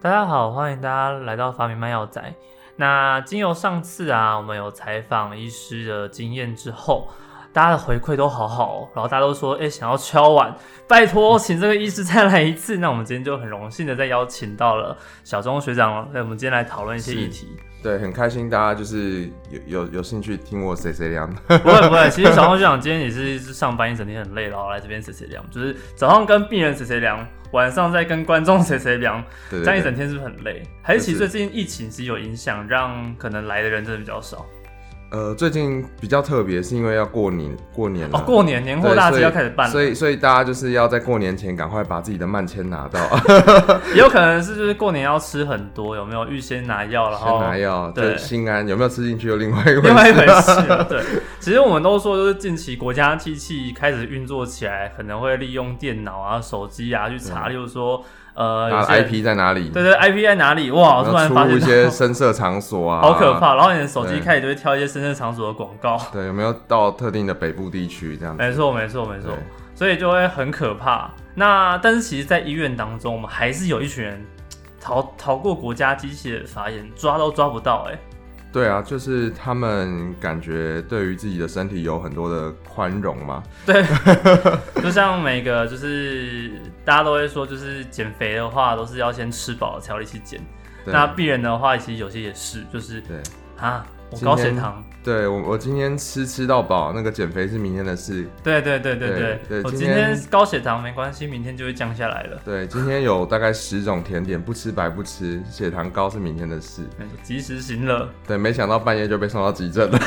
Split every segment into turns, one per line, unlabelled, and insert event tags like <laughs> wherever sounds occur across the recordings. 大家好，欢迎大家来到发明卖药仔。那经由上次啊，我们有采访医师的经验之后，大家的回馈都好好、哦，然后大家都说，哎、想要敲碗，拜托，请这个医师再来一次。那我们今天就很荣幸的再邀请到了小钟学长，那我们今天来讨论一些
是
议题。
对，很开心大家就是有有有兴趣听我谁谁凉。
不会不会，其实小钟学长今天也是上班一整天很累，然后来这边谁谁凉，就是早上跟病人谁谁凉，晚上再跟观众谁谁凉，
<laughs> 对
这样一
对
整
对，
天是不是很累？还是其实
就
最
是
近疫情其实有影响，让可能来的人真的比较少。
呃，最近比较特别，是因为要过年，过年了。
哦，过年年
对
货大
所
集
以
要开始办
所
了，
以所以大家就是要在过年前赶快把自己的慢签拿
<laughs>
到，
也有可能是就是过年要吃很多，有没有预先拿药，然
先
后
拿药，
哦对
对，心安有没有吃进去又另外一回事。
另外一回事了。对， <laughs> 其实我们都说，就是近期国家机器开始运作起来，可能会利用电脑啊、手机啊去
嗯
查，例如说呃，有
啊
些人
，IP 在哪里？
对对 IP 在哪里？哇，我突然
然
发
后
现
出入一些
到
深色场所
<laughs>
啊，
好可。怕，然后你的手机
对
开始就会跳一些深圳场所的广告。
对，有没有到特定的北部地区这样子？
没错，没错，没错
对，
所以就会很可怕。那但是其实，在医院当中，我们还是有一群人逃逃过国家机器的法眼，抓都抓不到、哎，
对啊，就是他们感觉对于自己的身体有很多的宽容嘛。 <laughs>
就像每个就是大家都会说，就是减肥的话，都是要先吃饱才有力气减。
对
那病人的话，其实有些也是，就是
对。
啊，我
今
高血
天
糖，
对我，我今天吃吃到饱，那个减肥是明天的事。
对对对对
对
对，
对
我
今
今
天
天高血糖没关系，明天就会降下来了。
对，今天有大概十种甜点，不吃白不吃，血糖高是明天的事。
没错及时行乐，
对，没想到半夜就被送到急诊了。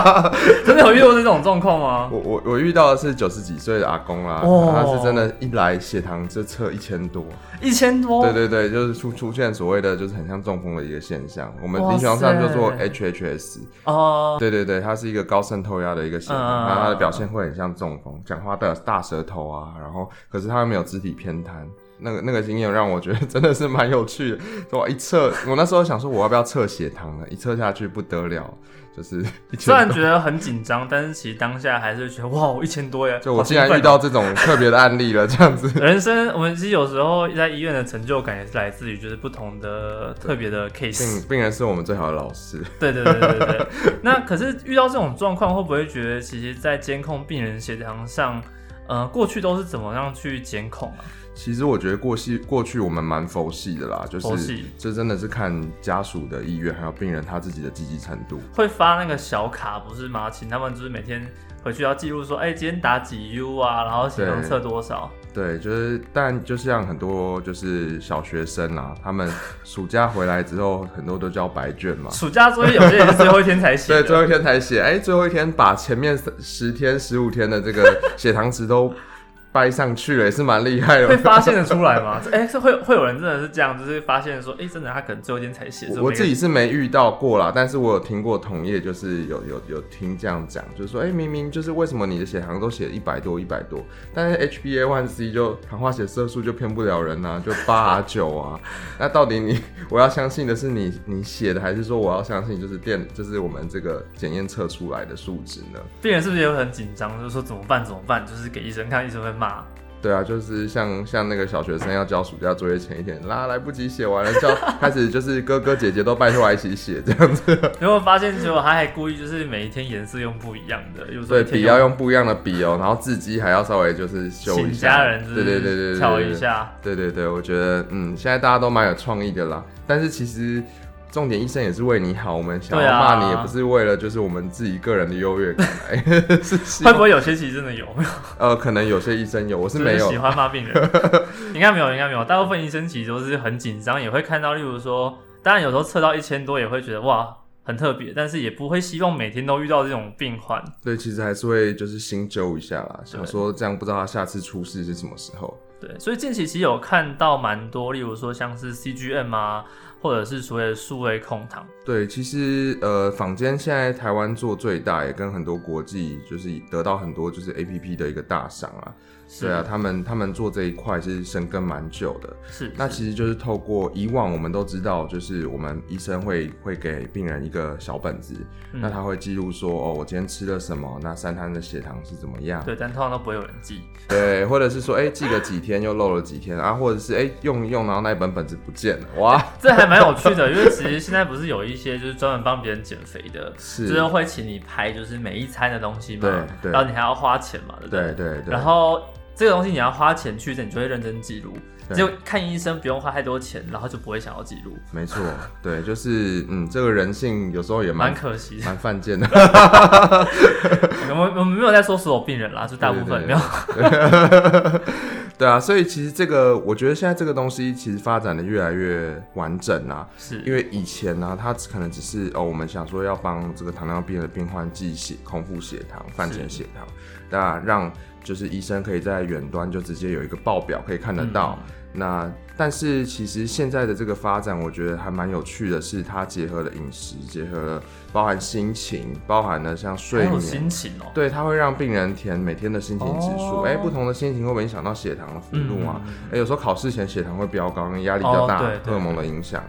<laughs>
真的有遇过这种状况吗？
我我我遇到的是九十几岁的阿公啦，
哦
他是真的，一来血糖就测一千多。
一千多，
对对对，就是出出现所谓的就是很像中风的一个现象。我们
哇
临床上就做
塞
HHS。
哦、
对对对，它是一个高渗透压的一个血
嗯
糖，那它的表现会很像中风，讲话的大舌头啊，然后可是它又没有肢体偏瘫。那个那个经验让我觉得真的是蛮有趣的，我一测，我那时候想说我要不要测血糖呢？一测下去不得了，就是 <laughs> 一
虽
千
然
多。
觉得很紧张，但是其实当下还是觉得哇，我一千多耶！
就
好
我
兴
竟然
奋哦
遇到这种特别的案例了，这
<laughs>
样子。
人生，我们其实有时候在医院的成就感也是来自于就是不同的特别的 case
病。病人是我们最好的老师。
对对对对对对。那可是遇到这种状况，会不会觉得其实，在监控病人血糖上，呃，过去都是怎么样去监控啊？
其实我觉得过去过去我们蛮佛系的啦，就
佛
是
系
这真的是看家属的意愿，还有病人他自己的积极程度。
会发那个小卡不是吗？请他们就是每天回去要记录说，哎、今天打几 U 啊，然后血糖
对
测多少。
对，就是，但就像很多就是小学生啊，他们暑假回来之后，很多都交白卷嘛。
暑假作业有些人是最后一天才写
对，
的，
最后一天才写，哎、最后一天把前面十天、十五天的这个 <laughs> 血糖值都掰上去了，也是蛮厉害
会
的。
发现的出来吗？ <laughs> 哎、是会会有人真的是这样，就是发现说，哎、真的他可能最后一天才写。所以
我我
每个
自己是没遇到过啦，但是我有听过同业，就是有有有听这样讲，就是说，哎、明明就是为什么你的血糖都写一百多、一百多，但是 HbA1c 就糖化血色素就骗不了人呐、就八啊九啊，那到底你我要相信的是你你写的，还是说我要相信就是电就是我们这个检验测出来的数值呢？
病人是不是也会很紧张，就是说怎么办怎么办，就是给医生看，医生会
<laughs>
骂。
对啊，就是像像那个小学生要交暑假作业前一天，啦来不及写完了，叫开始就是哥哥姐姐都拜托来一起写这样子，
结果发现，结果他还故意就是每一天颜色用不一样的，有时候
对
一天
笔要用不一样的笔哦，然后字迹还要稍微就是修
请
一
家
下，
人就是
对对对对对，
调
对
一。下。
对对对，我觉得嗯，现在大家都蛮有创意的啦。但是其实重点，医生也是为你好，我们想
对
要
啊
骂你也不是为了就是我们自己个人的优越感，是希
会
望
不会有些其实真的有？
呃，可能有些医生有， <laughs> 我是
就
没有
喜。欢骂病
<laughs>
人，应该没有，应该没有。大部分医生其实都是很紧张，也会看到，例如说，当然有时候测到一千多也会觉得哇很特别，但是也不会希望每天都遇到这种病患。
对，其实还是会就是心揪一下啦，想说这样不知道他下次出事是什么时候。
对，所以近期其实有看到蛮多，例如说像是 CGM 啊，或者是所谓的数位控糖，
对，其实呃，坊间现在台湾做最大，也跟很多国际就是得到很多就是 A P P 的一个大赏啊。
是
对啊，他们他们做这一块是深耕蛮久的。
是，
那
是
其实就是透过以往我们都知道，就是我们医生会会给病人一个小本子，
嗯
那他会记录说哦，我今天吃了什么，那三餐的血糖是怎么样，
对，但通常都不会有人记，
对， <laughs> 或者是说哎、记了几天又漏了几天啊，或者是哎、用一用然后那一本本子不见了，哇，
这还蛮有趣的，因为其实现在不是有一些就是专门帮别人减肥的，
<laughs>
<laughs>
是
就是会请你拍就是每一餐的东西嘛，
对对
然后你还要花钱嘛，对不
对对对，
然后这个东西你要花钱去的，你就会认真记录。
对
只有看医生不用花太多钱，然后就不会想要记录，
没错，对，就是嗯，这个人性有时候也蛮
蛮可惜的。
<laughs>
<laughs>
蛮犯贱的，
我们我们没有在说所有病人啦，就大部分
对对对
没有。
对啊，所以其实这个，我觉得现在这个东西其实发展的越来越完整啊，因
是，
为以前呢、它可能只是哦，我们想说要帮这个糖尿病的病患记血、空腹血糖、饭前血糖，那让就是医生可以在远端就直接有一个报表可以看得到。
嗯
那但是其实现在的这个发展，我觉得还蛮有趣的是，它结合了饮食，结合了包含心情，包含了像
很
睡
有
眠。
心情哦、
对，它会让病人填每天的心情指数，
哦嗯
哎、不同的心情会不会影响到血糖的幅度啊？哎、有时候考试前血糖会飙高，因为压力比较大，
哦对对
荷尔蒙的影响。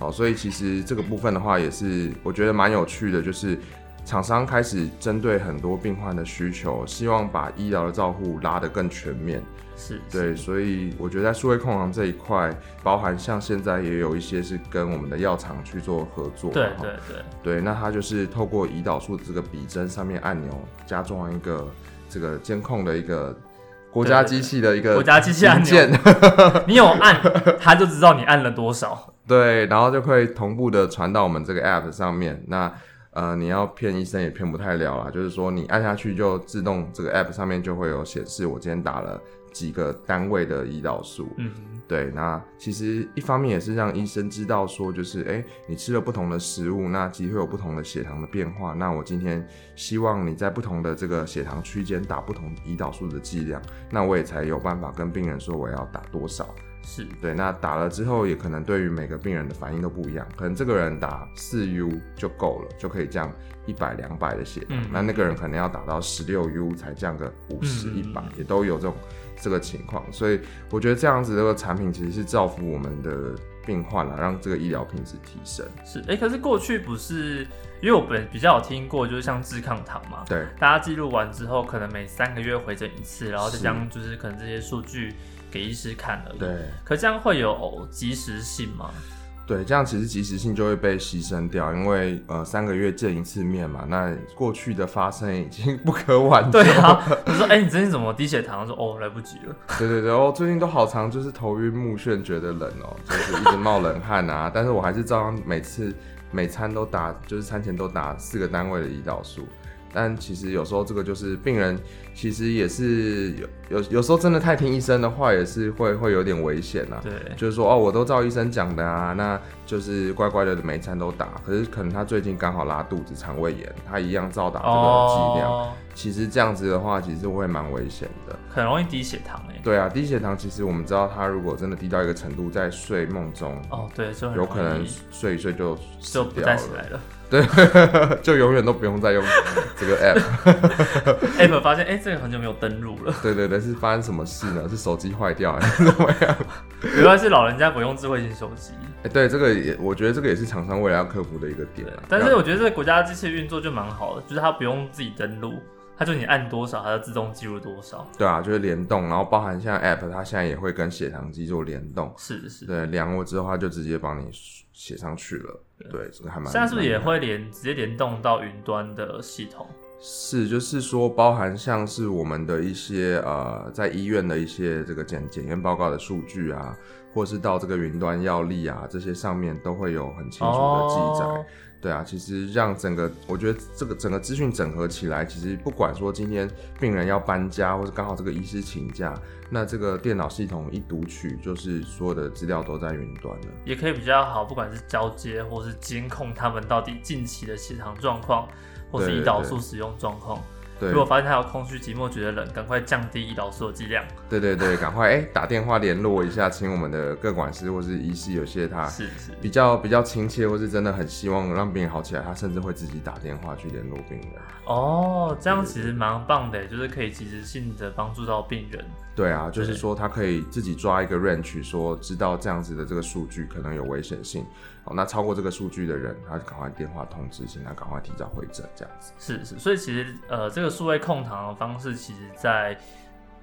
哦，所以其实这个部分的话，也是我觉得蛮有趣的，就是厂商开始针对很多病患的需求，希望把医疗的照护拉得更全面。
是，
对，所以我觉得在数位控行这一块，包含像现在也有一些是跟我们的药厂去做合作嘛，
对
哦
对对，
对，那它就是透过胰岛素这个笔针上面按钮加装一个这个监控的一个国家机器的一个
国家机器按
零
钮，
件，
<laughs> 你有按，他就知道你按了多少。
对，然后就会同步的传到我们这个 app 上面。那呃，你要骗医生也骗不太了啦，就是说你按下去就自动这个 app 上面就会有显示我今天打了几个单位的胰岛素。
嗯，
对，那其实一方面也是让医生知道说，就是哎、诶你吃了不同的食物，那其实会有不同的血糖的变化。那我今天希望你在不同的这个血糖区间打不同胰岛素的剂量，那我也才有办法跟病人说我要打多少。
是，
对，那打了之后，也可能对于每个病人的反应都不一样，可能这个人打四 U 就够了，就可以降一百两百的血糖，
嗯
那那个人可能要打到十六 U 才降个五十
嗯
一
嗯
百
嗯，
也都有这种这个情况，所以我觉得这样子这个产品其实是造福我们的病患了，让这个医疗品质提升。
是。哎、可是过去不是，因为我本比较有听过，就是像智抗糖嘛，
对，
大家记录完之后，可能每三个月回诊一次，然后再
是
将就是可能这些数据给医师看而已。
对。
可这样会有及时性吗？
<laughs> 对，这样其实及时性就会被牺牲掉，因为呃三个月见一次面嘛，那过去的发生已经 <laughs> 不可挽救。
对啊，你说哎、你最近怎么低血糖？说哦，来不及了。
对对对，我最近都好常就是头晕目眩，觉得冷哦， <laughs> 就是一直冒冷汗啊。但是我还是照样每次每餐都打，就是餐前都打四个单位的胰岛素。但其实有时候这个就是病人，其实也是有有有时候真的太听医生的话，也是会会有点危险啊。
对，
就是说哦，我都照医生讲的啊，那就是乖乖的每餐都打。可是可能他最近刚好拉肚子、肠胃炎，他一样照打这个剂量。
哦，
其实这样子的话，其实会蛮危险的。
很容易低血糖哎、
对啊，低血糖其实我们知道，它如果真的低到一个程度，在睡梦中，
哦，对，就很
有
容易
可能睡一睡就 <laughs> 死
就不
掉
再起
了，
来了。
就永远都不用再用这个 app。
App 发现哎、这个很久没有登录了， <laughs>
对对对，是发生什么事呢？是手机坏掉、欸？
原来是老人家不用智慧型手机。
<laughs> 哎对，这个也我觉得这个也是厂商未来要克服的一个点
对
啊。，
但是
让
我觉得这个国家机器运作就蛮好的，就是它不用自己登录，它就你按多少，它就自动记录多少。
对啊，就是联动，然后包含像 app，它现在也会跟血糖机做联动。
是是。
对，量过之后，它就直接帮你写上去了。对，这个还蛮。
现在是不是也会连直接联动到云端的系统？
是，就是说，包含像是我们的一些呃，在医院的一些这个检检验报告的数据啊，或是到这个云端药历啊这些上面都会有很清楚的记载。
哦
对啊，其实让整个我觉得这个整个资讯整合起来，其实不管说今天病人要搬家，或者刚好这个医师请假，那这个电脑系统一读取，就是所有的资料都在云端了。
也可以比较好，不管是交接或是监控他们到底近期的血糖状况，或是
对
胰岛素使用状况，
对
如果发现他有空虚、寂寞、觉得冷，赶快降低胰岛素的剂量。
对对对，赶快哎、打电话联络一下，请我们的各管师或是医师，有些他
是是，
比较比较亲切，或是真的很希望让病人好起来，他甚至会自己打电话去联络病人。
哦，这样其实蛮棒的，就是可以及时性的帮助到病人。
对啊，就是
对
说他可以自己抓一个 range，说知道这样子的这个数据可能有危险性，好，那超过这个数据的人，他就赶快电话通知，请他赶快提早回诊，这样子。
是是，所以其实呃，这个数位控糖的方式，其实在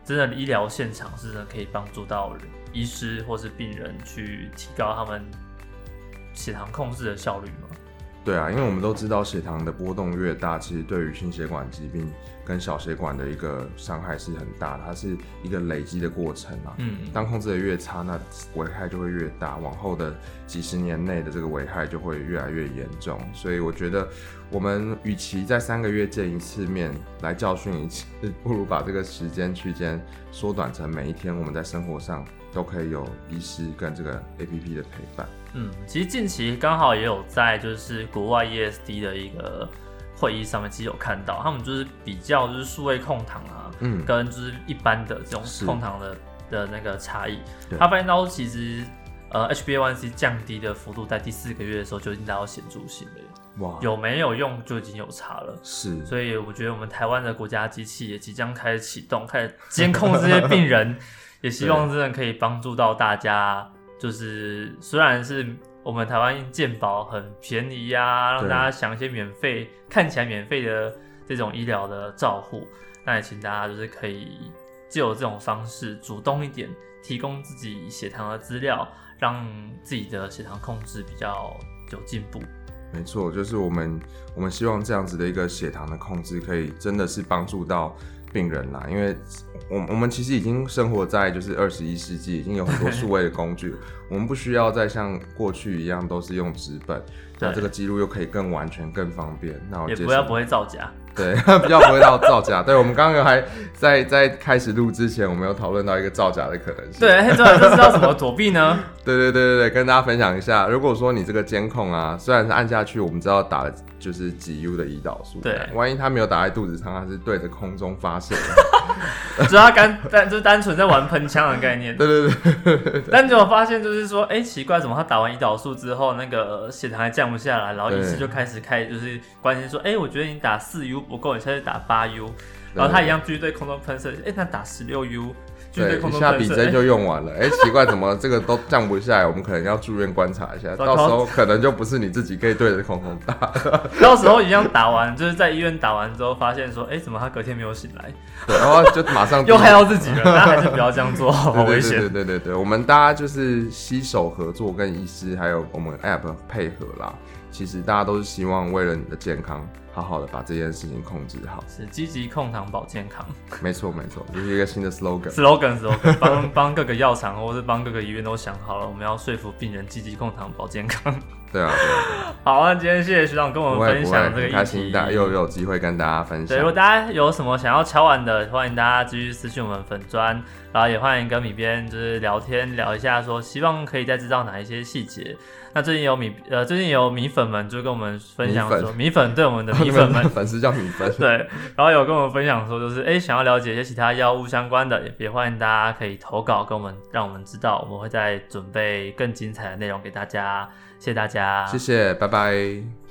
真的医疗现场是真的可以帮助到医师或是病人去提高他们血糖控制的效率吗？
对啊，因为我们都知道血糖的波动越大，其实对于心血管疾病跟小血管的一个伤害是很大的，它是一个累积的过程啊。
嗯，
当控制的越差，那危害就会越大，往后的几十年内的这个危害就会越来越严重。所以我觉得，我们与其在三个月见一次面来教训一次，不如把这个时间区间缩短成每一天我们在生活上都可以有医师跟这个 APP 的陪伴。
嗯，其实近期刚好也有在就是国外 ESD 的一个会议上面，其实有看到他们就是比较就是数位控糖啊，
嗯，
跟就是一般的这种
是
控糖的的那个差异
对，
他发现到其实呃 HbA1c 降低的幅度在第四个月的时候就已经达到显著性了，
哇，
有没有用就已经有差了。
是，
所以我觉得我们台湾的国家机器也即将开始启动，开始监控这些病人，也希望真的可以帮助到大家。就是虽然是我们台湾健保很便宜呀、让
对
大家享一些免费、看起来免费的这种医疗的照护，那也请大家就是可以借由这种方式主动一点，提供自己血糖的资料，让自己的血糖控制比较有进步。
没错，就是我们我们希望这样子的一个血糖的控制，可以真的是帮助到病人啦。因为我我们其实已经生活在就是二十一世纪，已经有很多数位的工具， <laughs> 我们不需要再像过去一样都是用纸本，那
对
这个记录又可以更完全、更方便。那我
也
介
不要
绍
不会造假，
<laughs> 对， <laughs> 比较不会到造假。对我们刚刚有还在在开始录之前，我们有讨论到一个造假的可能性。
对，这这是要怎么躲避呢？
对对对对对，跟大家分享一下，如果说你这个监控啊，虽然是按下去，我们知道打了就是几 U 的胰岛素，
对
万一它没有打在肚子上，它是对着空中发射的，
只要干 <laughs> 单就是单纯在玩喷枪的概念。
对对对，
但结果发现就是说，哎、奇怪，怎么他打完胰岛素之后，那个呃血糖还降不下来？然后医师
对
就开始开就是关心说，哎、我觉得你打四 U 不够，你下次打八 U。然后他一样继续对空中喷射，哎、那打十六 U，继续
对，
对空
一
中
下
喷
笔
射。
针
诶
就用完了，哎、奇怪，怎么这个都降不下来？我们可能要住院观察一下，
糟
到
糕
时候可能就不是你自己可以对着空中打，
到时候一样打完，就是在医院打完之后，发现说，哎、怎么他隔天没有醒
<laughs>
来，
对，然后就马上
又害到自己了？那还是不要这样做，好危险。
对对对对对，我们大家就是携手合作，跟医师还有我们 App 配合啦。其实大家都是希望为了你的健康，好好的把这件事情控制好。
是积极控糖保健康。
没错没错，这是一个新的 slogan。
slogan slogan，帮帮各个药厂或是帮各个医院都想好了，我们要说服病人积极控糖保健康。
对啊，
好，那今天谢谢学长跟我
不
们
会
哦分
不
享这
会，
个
很开
议题
心，。大又有机会跟大家分
对，如果
享。
大家有什么想要敲碗的，欢迎大家继续私讯我们粉砖，然后也欢迎跟米边就是聊天聊一下，说希望可以再知道哪一些细节。那最近有米呃，最近有米粉们就跟我们分享
米
说，米粉对我们的米
你
粉
们 <laughs>
们
的粉丝叫米粉，
对，然后有跟我们分享说，就是哎、诶想要了解一些其他药物相关的，也也欢迎大家可以投稿跟我们，让我们知道，我们会再准备更精彩的内容给大家。谢谢大家，
谢谢，拜拜。